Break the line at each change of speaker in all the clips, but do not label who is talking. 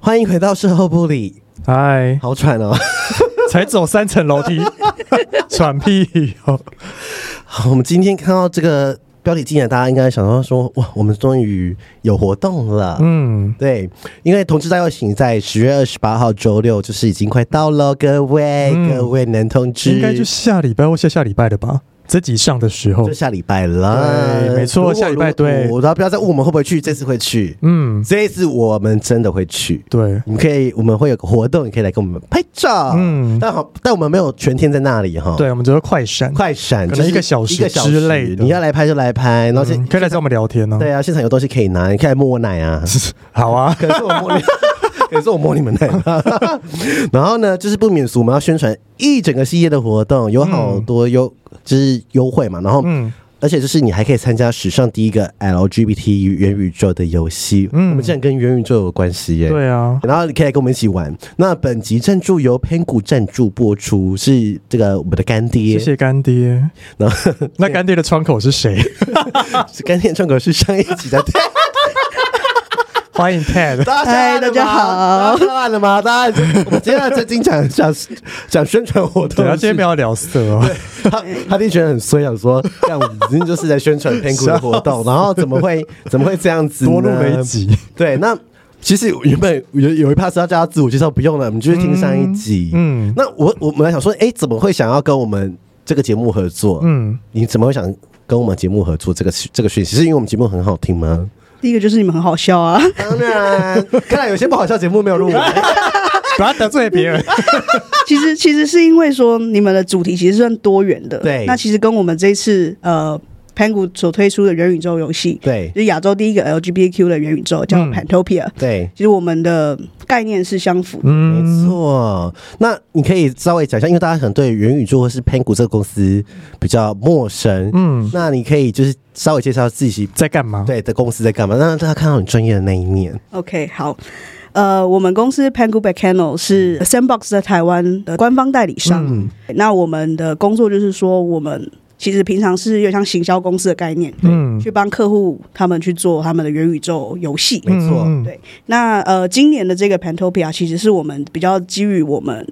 欢迎回到事后部里，
哎，
好喘哦。
才走三层楼梯，喘屁哦！
好，我们今天看到这个标题进来，大家应该想到说，哇，我们终于有活动了。
嗯，
对，因为同志大游行在十月二十八号周六，就是已经快到了，各位、
嗯
各位男同志，
应该就是下礼拜或下下礼拜的吧？这集上的时候
就，下礼拜了，
对没错
如果
下礼拜
如果
对
我都不要再问我们会不会去，这次会去，
嗯，
这一次我们真的会去。
对，
你可以，我们会有个活动，你可以来跟我们拍照。
嗯
但好，但我们没有全天在那里哈。，
对，我们只会快闪，
快闪
可能
就是
一个小时
一个小
之类的
你要来拍就来拍，然后现、
嗯可以来找我们聊天呢。
对啊，现场有东西可以拿，你可以来摸我奶啊。
好 啊，
可是我摸你， 可是我摸你们奶。啊然后呢，就是不免俗，我们要宣传一整个系列的活动，有好多优、就是优惠嘛。然后，
嗯
而且就是你还可以参加史上第一个 LGBT 元宇宙的游戏。
嗯
我们竟然跟元宇宙有关系耶！。
对啊，
然后你可以来跟我们一起玩。那本集赞助由 p e n g u 赞助播出，是这个我们的干爹。
谢谢干爹。
然后
那干爹的窗口是谁？
干爹窗口是上一集的 Ted。
欢迎 Ted。
大家
嗨大家好
大家看了吗？大家，我们今天要真金讲讲讲宣传活动
对，
的
他
事，
今天不要聊色哦。
他他弟觉得很衰，想说这样已经就是在宣传偏股的活 动，然后怎么会怎么会这样子呢
多录了一集。
对，那其实原本有有一 part 是要叫他自我介绍，不用了，我们就是听上一集。
嗯
那我我们来想说，哎、怎么会想要跟我们这个节目合作？
嗯，
你怎么会想跟我们节目合作？这个这个讯息是因为我们节目很好听吗？
第一个就是你们很好笑啊，
当然， 看来有些不好笑节目没有 录完。
不要得罪别人。
其实其实是因为说你们的主题其实算多元的，
对
那其实跟我们这一次呃 p a n g u 所推出的元宇宙游戏，
对
就是亚洲第一个 LGBTQ 的元宇宙叫
嗯
Pantopia，、
对，
其实我们的概念是相符的。
嗯，
没错，那你可以稍微讲一下，因为大家可能对元宇宙或是 p a n g u 这个公司比较陌生，嗯
嗯，
那你可以就是稍微介绍自己
在干嘛？
对的公司在干嘛，让大家看到你专业的那一面。
OK，好。呃，我们公司 Pangu Back Channel
嗯
是 Sandbox 在台湾的官方代理商。那我们的工作就是说，我们其实平常是有点像行销公司的概念，
嗯，
去帮客户他们去做他们的元宇宙游戏。
没错
嗯
对那呃，今年的这个 Pantopia 其实是我们比较基于我们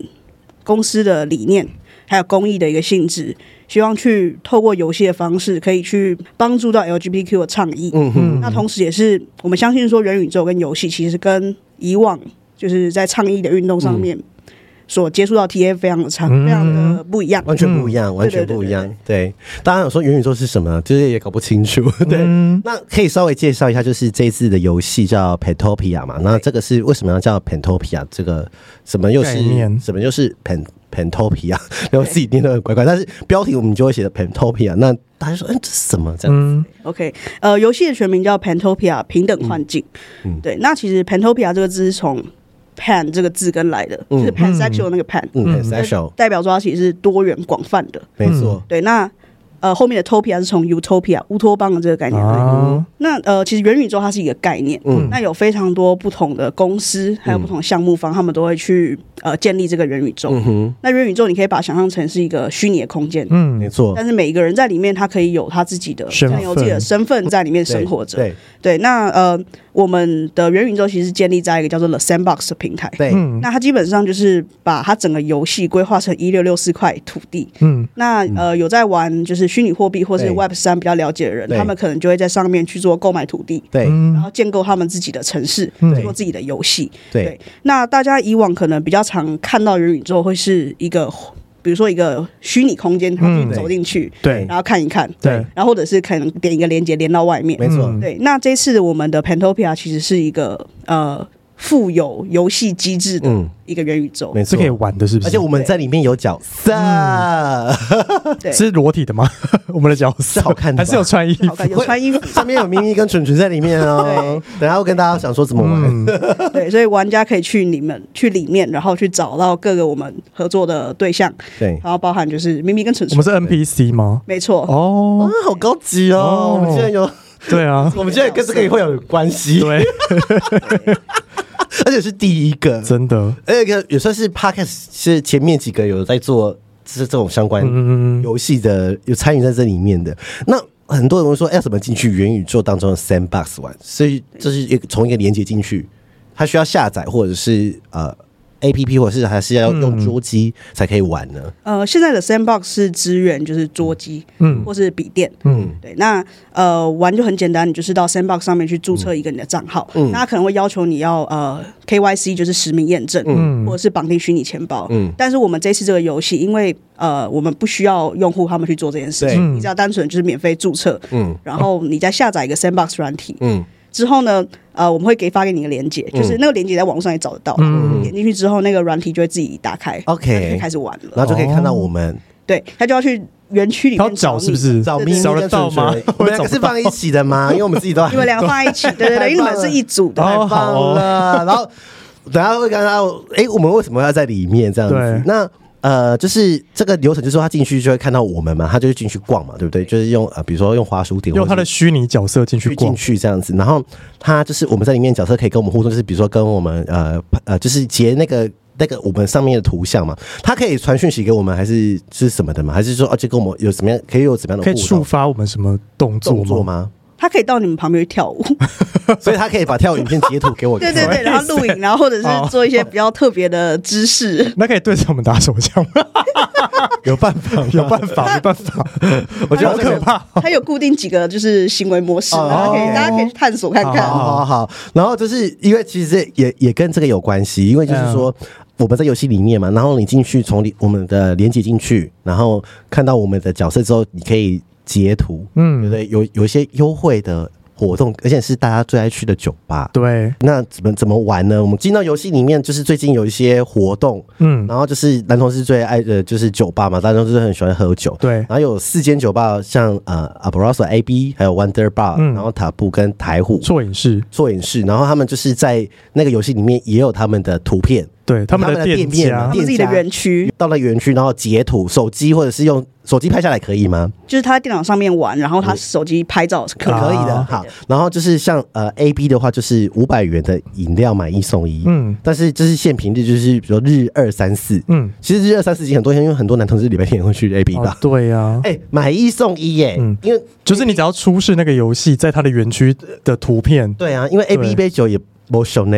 公司的理念，还有公益的一个性质，希望去透过游戏的方式，可以去帮助到 LGBTQ 的倡议。
嗯哼，
那同时也是我们相信说，元宇宙跟游戏其实跟以往就是在倡议的运动上面所接触到 TA 非常的差，非常的不一样。
完全不一
嗯
样，完全不一样。对，大家有说元宇宙是什么，啊就是也搞不清楚。对，
嗯
那可以稍微介绍一下，就是这一次的游戏叫 Pentopia 嘛，那这个是为什么要叫 Pentopia？这个什么又是
概念
什么又是 Pen Pentopia？然后 自己念的很怪怪，但是标题我们就会写的 Pentopia，那大家就说，嗯，这是什么？这样子，
嗯
OK，呃，游戏的全名叫 Pantopia 平等幻境。
嗯
对，那其实 Pantopia 这个字是从 pan 这个字根来的，
嗯
就是 pansexual 那个 pan，、
嗯，很
嗯
special，
代表说它其实是多元广泛的。
没错，
对，那呃后面的 topia 是从 utopia 乌托邦的这个概念来的。
啊，
那呃，其实元宇宙它是一个概念，
嗯
那有非常多不同的公司，还有不同的项目方，他们都会去呃建立这个元宇宙。
嗯哼，
那元宇宙你可以把它想象成是一个虚拟的空间，
嗯
没，错，
但是每一个人在里面，他可以有他自己的，
身份
有自己的身份在里面生活着。
对
对，那呃，我们的元宇宙其实建立在一个叫做 The Sandbox 的平台。
对，
嗯
那它基本上就是把它整个游戏规划成一六六四块土地。
嗯
那呃，有在玩就是虚拟货币或是
对
Web 三比较了解的人，
对
他们可能就会在上面去做购买土地，
对
然
嗯
后建构他们自己的城市，
嗯
做自己的游戏。
对，
那大家以往可能比较常看到元宇宙会是一个，比如说一个虚拟空间，他
嗯
们走进去，
对
然后看一看，
对，
然后或者是可能点一个连接连到外面。
没错，
嗯
对，那这次我们的 Pantopia 其实是一个呃富有游戏机制的
嗯，
一个元宇宙，
没
是
错
可。以嗯玩的，是不是？
而且我们在里面有角色，
对，
是裸体的吗？ 我们的角色
是好看的吧
还是有穿衣服
好？看，有穿衣服，
上面有咪咪跟蠢蠢在里面哦。等一下我跟大家讲说怎么玩。
嗯，
对，所以玩家可以去里面去里面，然后去找到各个我们合作的对象，
对，
然后包含就是咪咪跟蠢
我们
蠢，
是 NPC 吗？
没错，
啊
哦，，
好高级哦！
哦
我们竟然有，
对啊，
我们竟然跟这个也会有关系，
对，
而且是第一个，
真的，
而且也算是 podcast 是前面几个有在做是这种相关
嗯，
游戏的，有参与在这里面的。那很多人会说哎要怎么进去元宇宙当中的 sandbox 玩，所以这是一个从一个连接进去。它需要下载或者是呃 A P P，或者是还是要
嗯
用桌机才可以玩呢？
呃，现在的 Sandbox 是支援就是桌机
嗯
或是笔电，
嗯，
对，那呃玩就很简单，你就是到 Sandbox 上面去注
嗯
册一个你的账号，那他可能会要求你要呃 KYC 就是实名验证，
嗯
或者是绑定虚拟钱包，
嗯
但是我们这次这个游戏，因为呃我们不需要用户他们去做这件事
对
情，
嗯
你只要单纯就是免费注册，
嗯
然后你再下载一个 Sandbox 软体，
嗯
之后呢，呃，我们会给发给你一个连接，就是那个连接在网络上也找得到，
嗯
点进去之后，那个软体就会自己打开
OK
它就可以开始玩了。
然后就可以看到我们
对，他就要去园区里
他要
面
找
你
是不？是？
找
对
咪咪
找得
跟纯
哦到吗
纯，
我
我们两
找不
个是
到
放一起的 吗？因为我们自己都
你们两个放在一起，对对对，因为你们是一组的。
哦
太棒
好
了。然后等下会跟他，哎、我们为什么要在里面这样
对
子？那呃，就是这个流程，就是说他进去就会看到我们嘛，他就会进去逛嘛，对不对？就是用呃，比如说用滑鼠点，
用他的。虚拟角色进去
去进
逛，
去这样子，然后他就是我们在里面角色可以跟我们互动，就是比如说跟我们呃呃，就是截那个那个我们上面的图像嘛，他可以传讯息给我们，还是是什么的嘛？还是说哦而且、就跟我们有怎么样可以有怎么样的
可以
互
触
动
发我们什么动作
动作
吗？
吗？
他可以到你们旁边去跳舞，
所以他可以把跳舞影片截图给我看
对对对，然后录影，然后或者是做一些比较特别的姿势。
那可以对着我们打手枪吗？
有办法吗，
有办法，没办法，
我觉得
好
这个
可怕。
他有固定几个就是行为模式，
哦
然后可以
OK
大家可以去探索看
好
看。
好好好，然后就是因为其实也也跟这个有关系，因为就是说。
嗯
我们在游戏里面嘛，然后你进去从里我们的连接进去，然后看到我们的角色之后，你可以截图，对不
嗯，
对？有有一些优惠的活动，而且是大家最爱去的酒吧。
对，
那怎么怎么玩呢？我们进到游戏里面，就是最近有一些活动，
嗯，
然后就是男同事最爱的就是酒吧嘛，大家都是很喜欢喝酒。
对
然，后有四间酒吧，像呃 Abrazo A B，还有 Wonder Bar，、
嗯
然后塔布跟台虎。
做影视，
做影视，然后他们就是在那个游戏里面也有他们的图片，
对他们的店
店面啊
家
嘛
他，们自己的
店家
园区，
到了园区，然后截图，手机或者是用手机拍下来可以吗？
就是他在电脑上面玩，然后他手机拍照是可以
啊
的
可以的，好。然后就是像呃 A B 的话，就是五百元的饮料买一送一，
嗯
但是就是限平日，就是比如说日二三四，
嗯，
其实日二三四已经很多天，因为很多男同志礼拜天也会去 A B
哦
吧。
对呀，
哎、买一送一耶、
嗯
因为
就是你只要出示那个游戏在它的园区的图片，
对啊，因为 A
对
B 一杯酒也没收呢，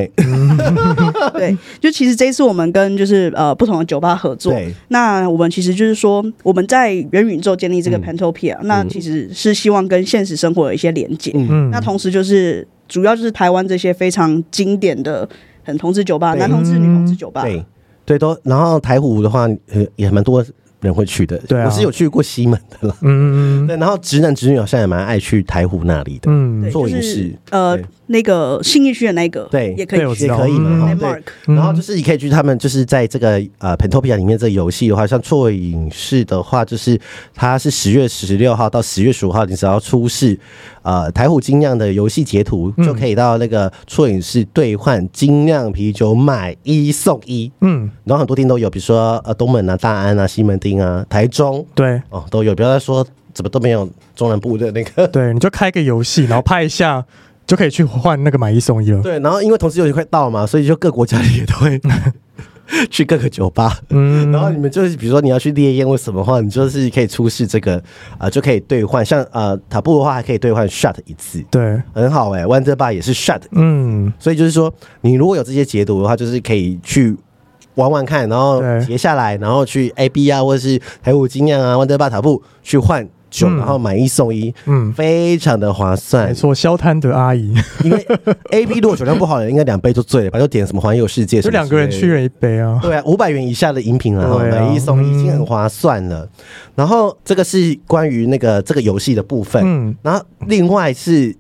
对，就其实这一次我们跟就是呃不同的酒吧合作，
对，
那我们其实就是说我们在元宇宙建立这个 Pantopia，、那其实是希望跟现实生活有一些连接。
嗯
嗯
那，同时就是主要就是台湾这些非常经典的很同志酒吧，
对
男同志、
嗯
女同志酒吧，
对对都。然后台虎的话，呃，也蛮多人会去的，
对啊
我是有去过西门的啦。
嗯嗯
对，然后直男直女好像也蛮爱去台湖那里的，
嗯
对，
做
就
影
是
视
呃
对
那个信义区的那个，
对
也可以
对我
去
知
也
道
可以嘛。哈
嗯
对
Landmark，，
嗯
然后就是你可以去他们就是在这个呃 Pentopia 里面这个游戏的话，像做影视的话，就是它是十月十六号到十月十五号，你只要出示呃台虎精酿的游戏截图，就
嗯
可以到那个做影视兑换精酿啤酒买一送一。
嗯，
然后很多店都有，比如说呃东门啊、大安啊、西门町啊、台中
对
哦都有。不要再说怎么都没有中南部的那 个
对，你就开个游戏，然后拍一下，就可以去换那个买一送一了。
对，然后因为同志游行快到嘛，所以就各国家里也都会去各个酒吧。
嗯，
然后你们就是，比如说你要去烈焰或什么的话，你就是可以出示这个，啊、就可以兑换。像呃塔布的话，还可以兑换 shot 一次，
对，
很好哎、欸。Wonder Bar 也是 shot，
嗯，
所以就是说，你如果有这些截图的话，就是可以去玩玩看，然后
对
截下来，然后去 A B 啊，或者是台虎精酿啊、Wonder Bar 塔布去换酒，
嗯
然后买一送一，
嗯
非常的划算
没。错，消摊的阿姨，
因为 A B 如果酒量不好的人，应该两杯就醉了吧？就点什么环游世界什么之类的，
就两个人去了一杯啊。
对啊，五百元以下的饮品啊，
对啊
买一送一已经
嗯
很划算了。然后这个是关于那个这个游戏的部分，
嗯，
然后另外是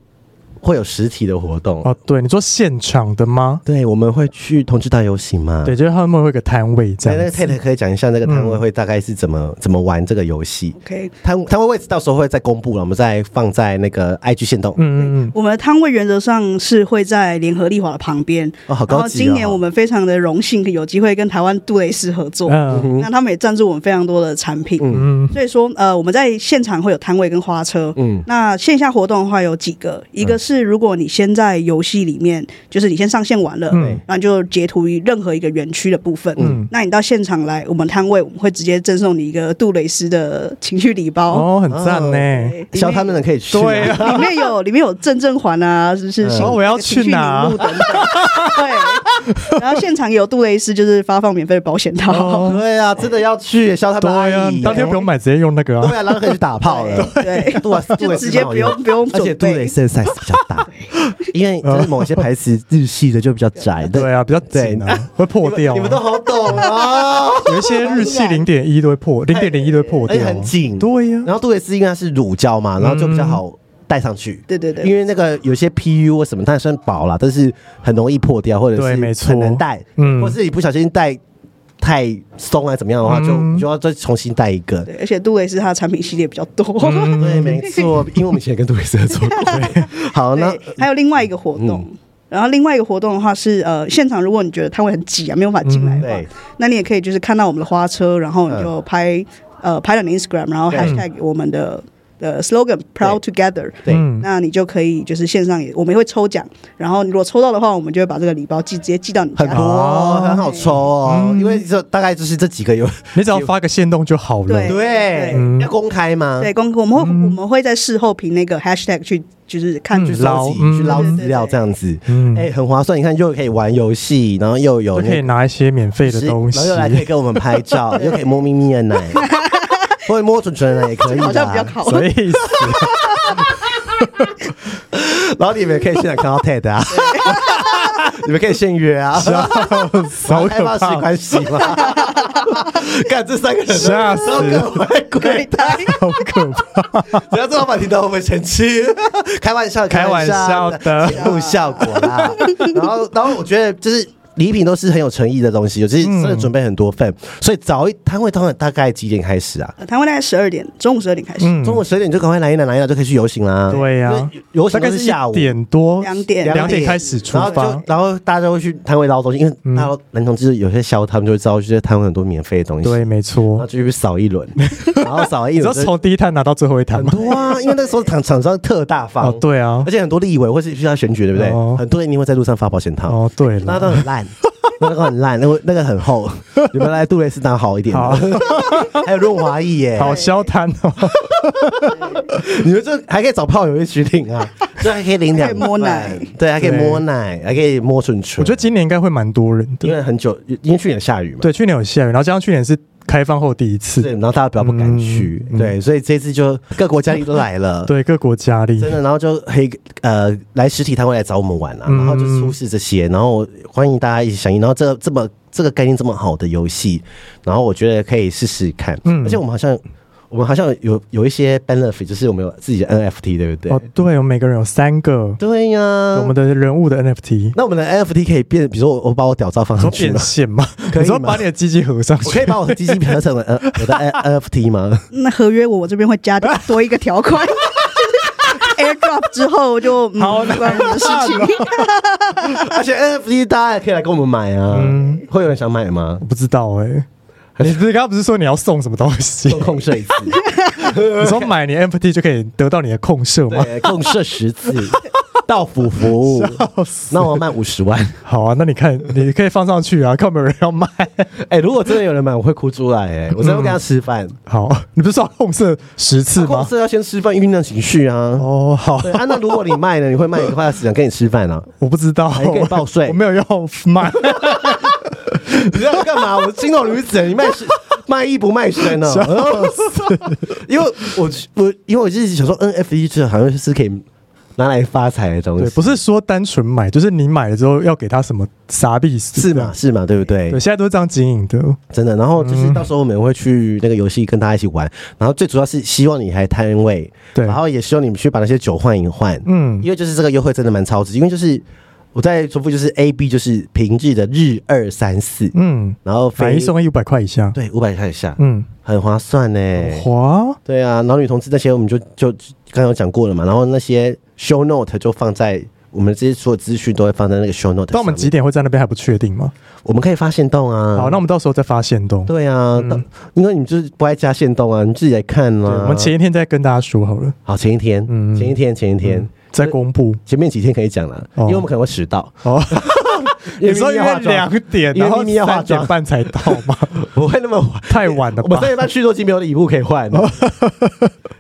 会有实体的活动。
哦，对，你说现场的吗？
对，我们会去同志大游行嘛？
对，就是他们会有个摊位这
对。那个
样子。
Tate 可以讲一下那个摊位
嗯
会大概是怎么、怎么玩这个游戏。
OK，
摊摊位位置到时候会再公布了，我们再放在那个 IG 线动。
嗯嗯
我们的摊位原则上是会在联合利华的旁边。
哦，好高
然后
级、哦！
今年我们非常的荣幸有机会跟台湾杜蕾斯合作，
嗯
那他们也赞助我们非常多的产品。
嗯
嗯
所以说，呃，我们在现场会有摊位跟花车。
嗯
嗯
那线下活动的话有几个，一个是如果你先在游戏里面，就是你先上线玩了，
嗯
然后就截图于任何一个园区的部分，
嗯
那你到现场来我们摊位，我们会直接赠送你一个杜蕾斯的情趣礼包。
哦，很赞呢。
对里面
小他们的可以去、
对啊，
里面有 里面有正正环啊，是不是？
嗯
情
哦我要
情趣
去哪
礼物等等对，然后现场有杜蕾斯，就是发放免费的保险套。
哦
对啊，真的要去肖他们阿
对啊
姨，，
当天不用买，直接用那个
对
啊。
啊，然后可以去打炮 了。
对，
杜蕾斯
就直接不用不用
而且
准
杜蕾
备。
斯的 size 比较大， 因为就是某些牌子日系的就比较窄，
对啊，比较紧啊， 会破掉啊。
你们都好懂啊。
有一些日系零点一都会破，零点零一都会破
而且
掉，啊
哎很紧
对呀，
然后杜蕾斯因为它是乳胶嘛，然后就比较好戴上去。
对对对，
因为那个有些 PU 或什么，它也算薄啦，但是很容易破掉，或者
对没
是
错
很难戴，
嗯
或是你不小心戴太松啊怎么样的话，就
嗯
你就要再重新戴一个。
对，而且杜蕾斯它的产品系列比较多。
嗯
对，没错，因为我们以前也跟杜蕾斯合作过。好，那嗯
对，还有另外一个活动。然后另外一个活动的话是，呃，现场如果你觉得摊位很挤啊，没有办法进来的话，
嗯对
那你也可以就是看到我们的花车，然后你
嗯
就拍、呃拍了你的 Instagram，然后
对
hashtag 我们的呃 slogan proud together，
对
嗯
那你就可以就是线上也我们也会抽奖，然后你如果抽到的话，我们就会把这个礼包寄直接寄到你家
很多、。哦，很好抽哦，因为这大概就是这几个有
你只要发个限动就好了。
对
对
嗯
要公开吗？
对，公我们会、
嗯
我们会在事后凭那个 hashtag 去就是看
嗯
去
捞
收集
嗯
去捞资料这样子，
嗯
哎，很划算。你看又可以玩游戏，然后又有
就可以
那
拿一些免费的
是
东西
然后。又来可以跟我们拍 照，又可以摸咪咪的奶，或者摸准准的奶也可以
好像
啦
比较。好。
什么 意思？
然后你们也可以现场看到 TED 啊， 你们可以现约啊，
好
开
可
放式
怕！
关系嘛。看这三个人
吓死
都各怀鬼胎。
好可怕！
只要这老板听到，我们生气。开玩笑，
开玩笑的
节目效果啦。然后，然后我觉得就是。礼品都是很有诚意的东西，有些真的准备很多
嗯
份，所以早一摊位通常大概几点开始啊？
呃摊位大概十二点，中午十二点开始，
嗯
中午十二点就赶快来一来来一来就可以去游行啦。
对呀
因为游
大
行
概
都
是
是下午
一点多，
两点
两点开始出
然后
发嗯
就。然后大家就会去摊位捞东西，因为大家男同志有些小他们就会知道，就是摊位很多免费的东西，
对，，没
然后
错。
就去扫一 轮，然后扫了一
你知道
轮就
从第一摊拿到最后一摊
很
吗？
多啊，因为那时候厂厂商特大方
哦，，对啊
而，且很多立委或是需要选举，对不对？
哦
很多人一定会在路上发保险套，
哦，对
哎那
了，
都很 烂，那个很烂，那个那个很厚。你们来杜蕾斯当好一点，
好
还有润滑液耶，
好消摊哦。
你们这还可以找炮友一起领 啊，这还可以领两
还可以摸奶，
对，还可以摸奶，还可以摸唇唇。
我觉得今年应该会蛮多人
因
的。
为很久，因为去年下雨嘛，
对，去年有下雨，然后加上去年是开放后第
对，
一次，
然后大家比较不敢去，
嗯嗯
对，所以这次就各国家里都来了，
对各国家 里
真的，然后就黑呃来实体摊位来找我们玩啊，
嗯
然后就出示这些，然后欢迎大家一起响应。然后这这么这个概念这么好的游戏，然后我觉得可以试试看。
嗯
而且我们好像我们好像有有一些 benefit，就是我们有自己的 NFT，对不对？
哦，对，我们每个人有三个
对呀、
我们的人物的 NFT，
那我们的 NFT 可以变，比如说我我把我屌照放
你
上
说
去
变
吗？
现吗？
可以吗
你说把你的鸡鸡合上
我可
去
以？把我的机器合成为呃我的 NFT 吗？
那合约我我这边会加多一个 条款。就是 AirDrop 之后就嗯
好
不关我们的事情，
而且 NFT 大家也可以来跟我们买啊，
嗯
会有人想买吗
我？不知道哎、你你刚刚不是说你要送什么东 西？
送控射一次，
你说买你 NFT 就可以得到你的控射吗？
对，控射十次，到府服务，那我要卖五十万。
好啊，那你看，你可以放上去啊，看有没有人 要卖。
哎、如果真的有人买，我会哭出来、哎，我真的会跟他吃饭。
好，你不是说要控色十次
控
吗？
射要先吃饭酝酿情绪啊。
哦，好，
对啊，那如果你卖了，你会卖的话，想跟你吃饭啊？
我不知道，
还可以报税
我没有要 卖。
你知道我干嘛？我心痛女子，你 卖是卖艺不卖身呢、因为我我因为我就是想说，NFT 这好像是可以拿来发财的东
对，
西，
不是说单纯买，就是你买了之后要给他什么傻币
是嘛？？是嘛？对不对？
对，现在都是这样经营的。
真的。然后
嗯
就是到时候我们会去那个游戏跟大家一起玩，然后最主要是希望你还摊位，
对
然后也希望你们去把那些酒换一换，
嗯
因为就是这个优惠真的蛮超值，因为就是我再重复就是 A B 就是平日的日二三四，
嗯，
然后
买
飞
一送一五百块以下。
对五百块以下，
嗯，
很划算呢、
华
对啊，然后女同志那些我们就就刚刚有讲过了嘛，然后那些 show note 就放在。我们这些所有资讯都会放在那个 show note
但
上
我
面
们几点会在那边还不确定吗？
我们可以发现动啊。
好，那我们到时候再发现动。
对啊，到因为你们就是不爱加限动啊，你自己来看
嗯对，
啊。
我们前一天再跟大家说好了。
好前一天，
嗯
前一天，前一天，
再公布
前面几天可以讲了，
哦
因为我们可能会迟到，
哦。
因
你
为
说因
要
为
化妆
两，点，
因为
然后
咪咪要化
三
妆
点半才到吗？
不会那么晚。
太晚了
我们
吧
三？点半去都已经没有礼物可以换
哦
了。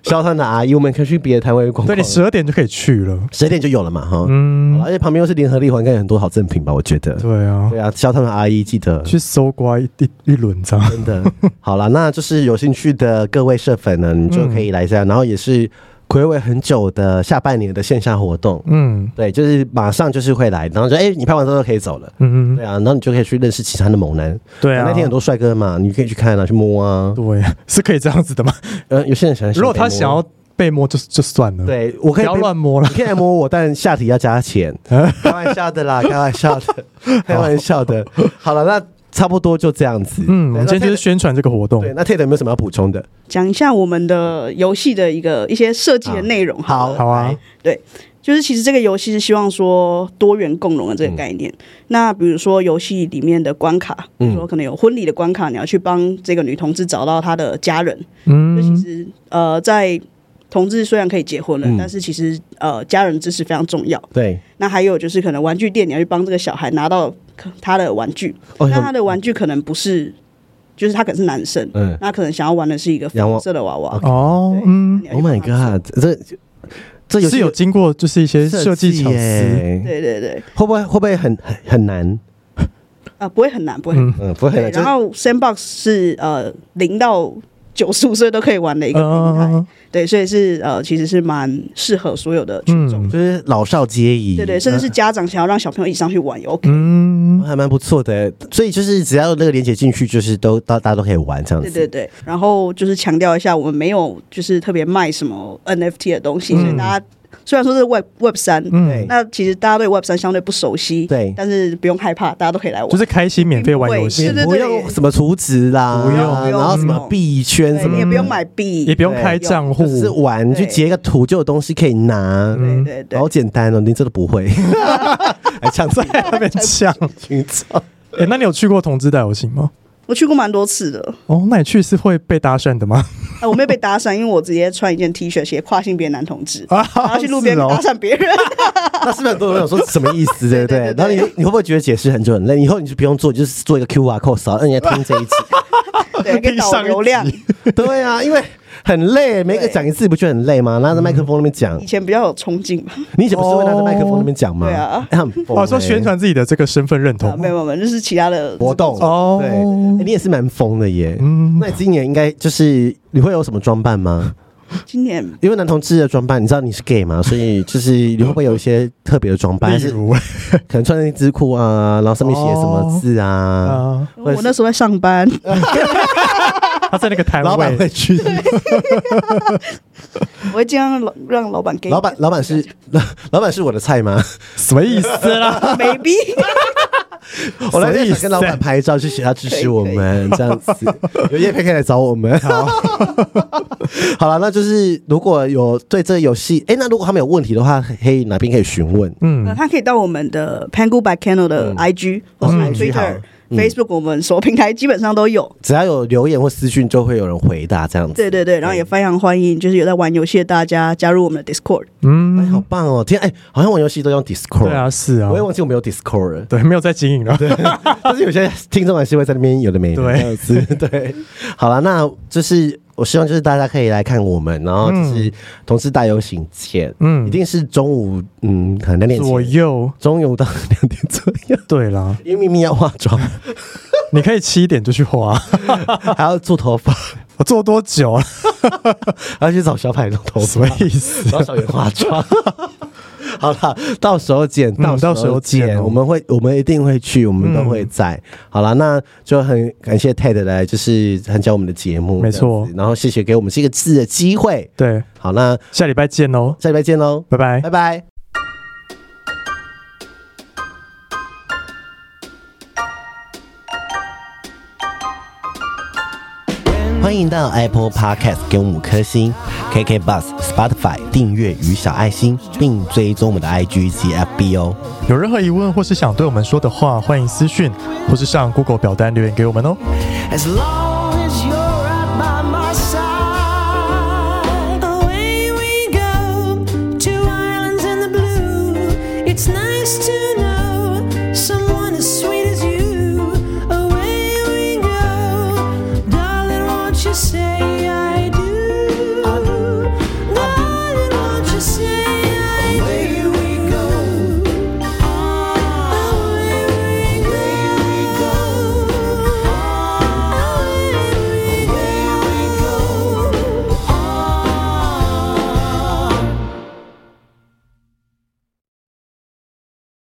消摊的阿姨，我们可以去别的摊位逛
对
逛
你。十二点就可以去了。
十点就有了嘛，哈。好
嗯
了，而且旁边又是联合利华，应该有很多好赠品吧？我觉得。
对啊，
对啊，消摊的阿姨记得。
去搜刮一一一轮这样。
真的。好啦，那就是有兴趣的各位社粉呢，你就可以来一下，然后也是暌违很久的下半年的线下活动，
嗯
对，就是马上就是会来，然后就哎、你拍完之后就可以走了。
嗯
对
嗯，
啊，然后你就可以去认识其他的猛男。
对啊，
那天很多帅哥嘛，你可以去看啊，去摸啊。
对是可以这样子的吗？
呃，有些人想，
如果他想要被摸，就就算了。，
对我可
不
以
要
被
乱 摸了
你。可以来摸我，但下体要加 钱。开玩笑的啦，开玩笑的，开玩笑的。好了，那差不多就这样子。
嗯，我
对
们今天就是
那 Ted-
宣传这个活动
对。。那 Ted 有没有什么要补充的？
讲一下我们的游戏的一个一些设计的内容好了。
好，
好啊
来，
就是其实这个游戏是希望说多元共融的这个概念。
嗯
那比如说游戏里面的关卡，比如说可能有婚礼的关卡，你要去帮这个女同志找到她的家人。就其
嗯，
实呃，在同志虽然可以结婚了，
嗯
但是其实呃，家人支持非常重要。
对，
那还有就是可能玩具店，你要去帮这个小孩拿到他的玩具，
哦，
那他的玩具可能不是，就是他可能是男生，
嗯
那可能想要玩的是一个粉
洋娃
红色的娃娃。
哦，嗯，
你要去
，Oh
帮
my
他做
god，这这游戏
是有经过就是一些设计巧思。
耶，
对对对，
会不会会不会很很很难？
啊、不会很难，不会很难。
嗯，不会很
对，
难。
然后 Sandbox 是呃零到九十五岁都可以玩的一个平台，
嗯，
对，所以是呃其实是蛮适合所有的群
嗯
众，
就是就是老少皆宜，
对对，甚至是家长想要让小朋友一起上去玩也 OK，、
嗯
嗯，
还蛮不错的。所以就是只要有那个连接进去，就是都大大家都可以玩这样
对
子。
对对。然后就是强调一下，我们没有就是特别卖什么 NFT 的东西，
嗯
所以大家虽然说是 Web Web 三、
对
那其实大家对 Web 三相对不熟悉，
嗯对
但是不用害怕，大家都可以来玩。
就是开心免费玩游戏
对，对
不用什么储值啦，
不用
然后什么币圈
对
什
你
么嗯
也
嗯
不用买币，
也不用开
对
账户
就，是玩，
对
就截个图就有东西可以拿，
对对对
好，简单哦，你真的不会， 还抢在
哎那边 抢。
群众。
哎，那你有去过同志大游行吗？
我去过蛮多次的。
哦，那你去是会被搭讪的 吗？
哎，我没有被搭讪，因为我直接穿一件 T 恤写跨性别男同志，
啊
然后去路 边
是哦
搭讪 别人。
那是不是很多人有说什么意思，对不对
对对？
然后
对
你你会不会觉得解释很久很累？以后你就不用做，你就是做一个 QR code 扫，让人家听这一集。
对，跟导流量。
对啊，因为很累，每个讲一次不就很累吗？拿着麦克风那边讲
以，前比较有冲劲吧，
你以前不是会拿着麦克风那边讲吗？
哦对啊
哎，很疯欸
哦，说宣传自己的这个身份认
啊，
同
没，有没有，就是其他的
活动
哦
对，哎你也是蛮疯的耶。
嗯
那你今年应该就是你会有什么装扮吗？
今年
因为男同志的装扮，你知道你是 gay 嘛，所以就是你会不会有一些特别的装扮？还
例
是
如
可能穿一只裤啊，然后上面写什么字啊？
啊，
者是
我那时候在上班，
他在那个摊
老板会
位，
去，
我会尽量让让老板给
老板老板是 老老板是我的菜吗？
什么意思啊 啦？
maybe
我来想
什么意思
跟老板拍照，去请他支持我 们，这样子有叶佩可以来找我们。 好了，那就是如果有对这个游戏，哎、那如果他们有问题的话，可以哪边可以询问？
呃他可以到我们的 Pangu by Candle 的 IG 或是
嗯
Twitter
好、
Facebook，我们所有平台基本上都有。
只要有留言或私讯，就会有人回答这样子。
对对对，然后也非常欢迎，就是有在玩游戏的大家加入我们的 Discord。
哎，
嗯，
好棒哦！天，哎、好像玩游戏都用 Discord，
对啊，是啊
我，也忘记我们有 Discord 了。
对，没有在经营了，
但是有些听众还是会在那边有的没的
对
这样子， 对，好了，那就是我希望就是大家可以来看我们，然后就是同事大游行前，嗯，
嗯
一定是中午，嗯，可能两点
左
前，
右，
中午到两点左右，
对啦，
因为咪咪要化 妆，
你可以七点就去花，
还要做头发，
我做多久啊？
还要去找小凯弄头
什
发
么，意思？
找小圆化妆。 好了，到时候见，
嗯
到时候
到时候
见，
见哦嗯
我们会，我们一定会去，我们都会在。好了，那就很感谢 Ted 来，就是参加我们的节目，
没错
这样子然后谢谢给我们这个字的机会。
对，
好，那
下礼拜见哦，
下礼拜见喽，
拜拜
拜。拜。欢迎到 Apple Podcast 给我们五颗星，KK Bus、Spotify 订阅与小爱心，并追踪我们的 IG 及 FB 哦。
有任何疑问或是想对我们说的话，欢迎私讯或是上 Google 表单留言给我们哦。
As long as you're right by my side. Away we go to islands in the what you say.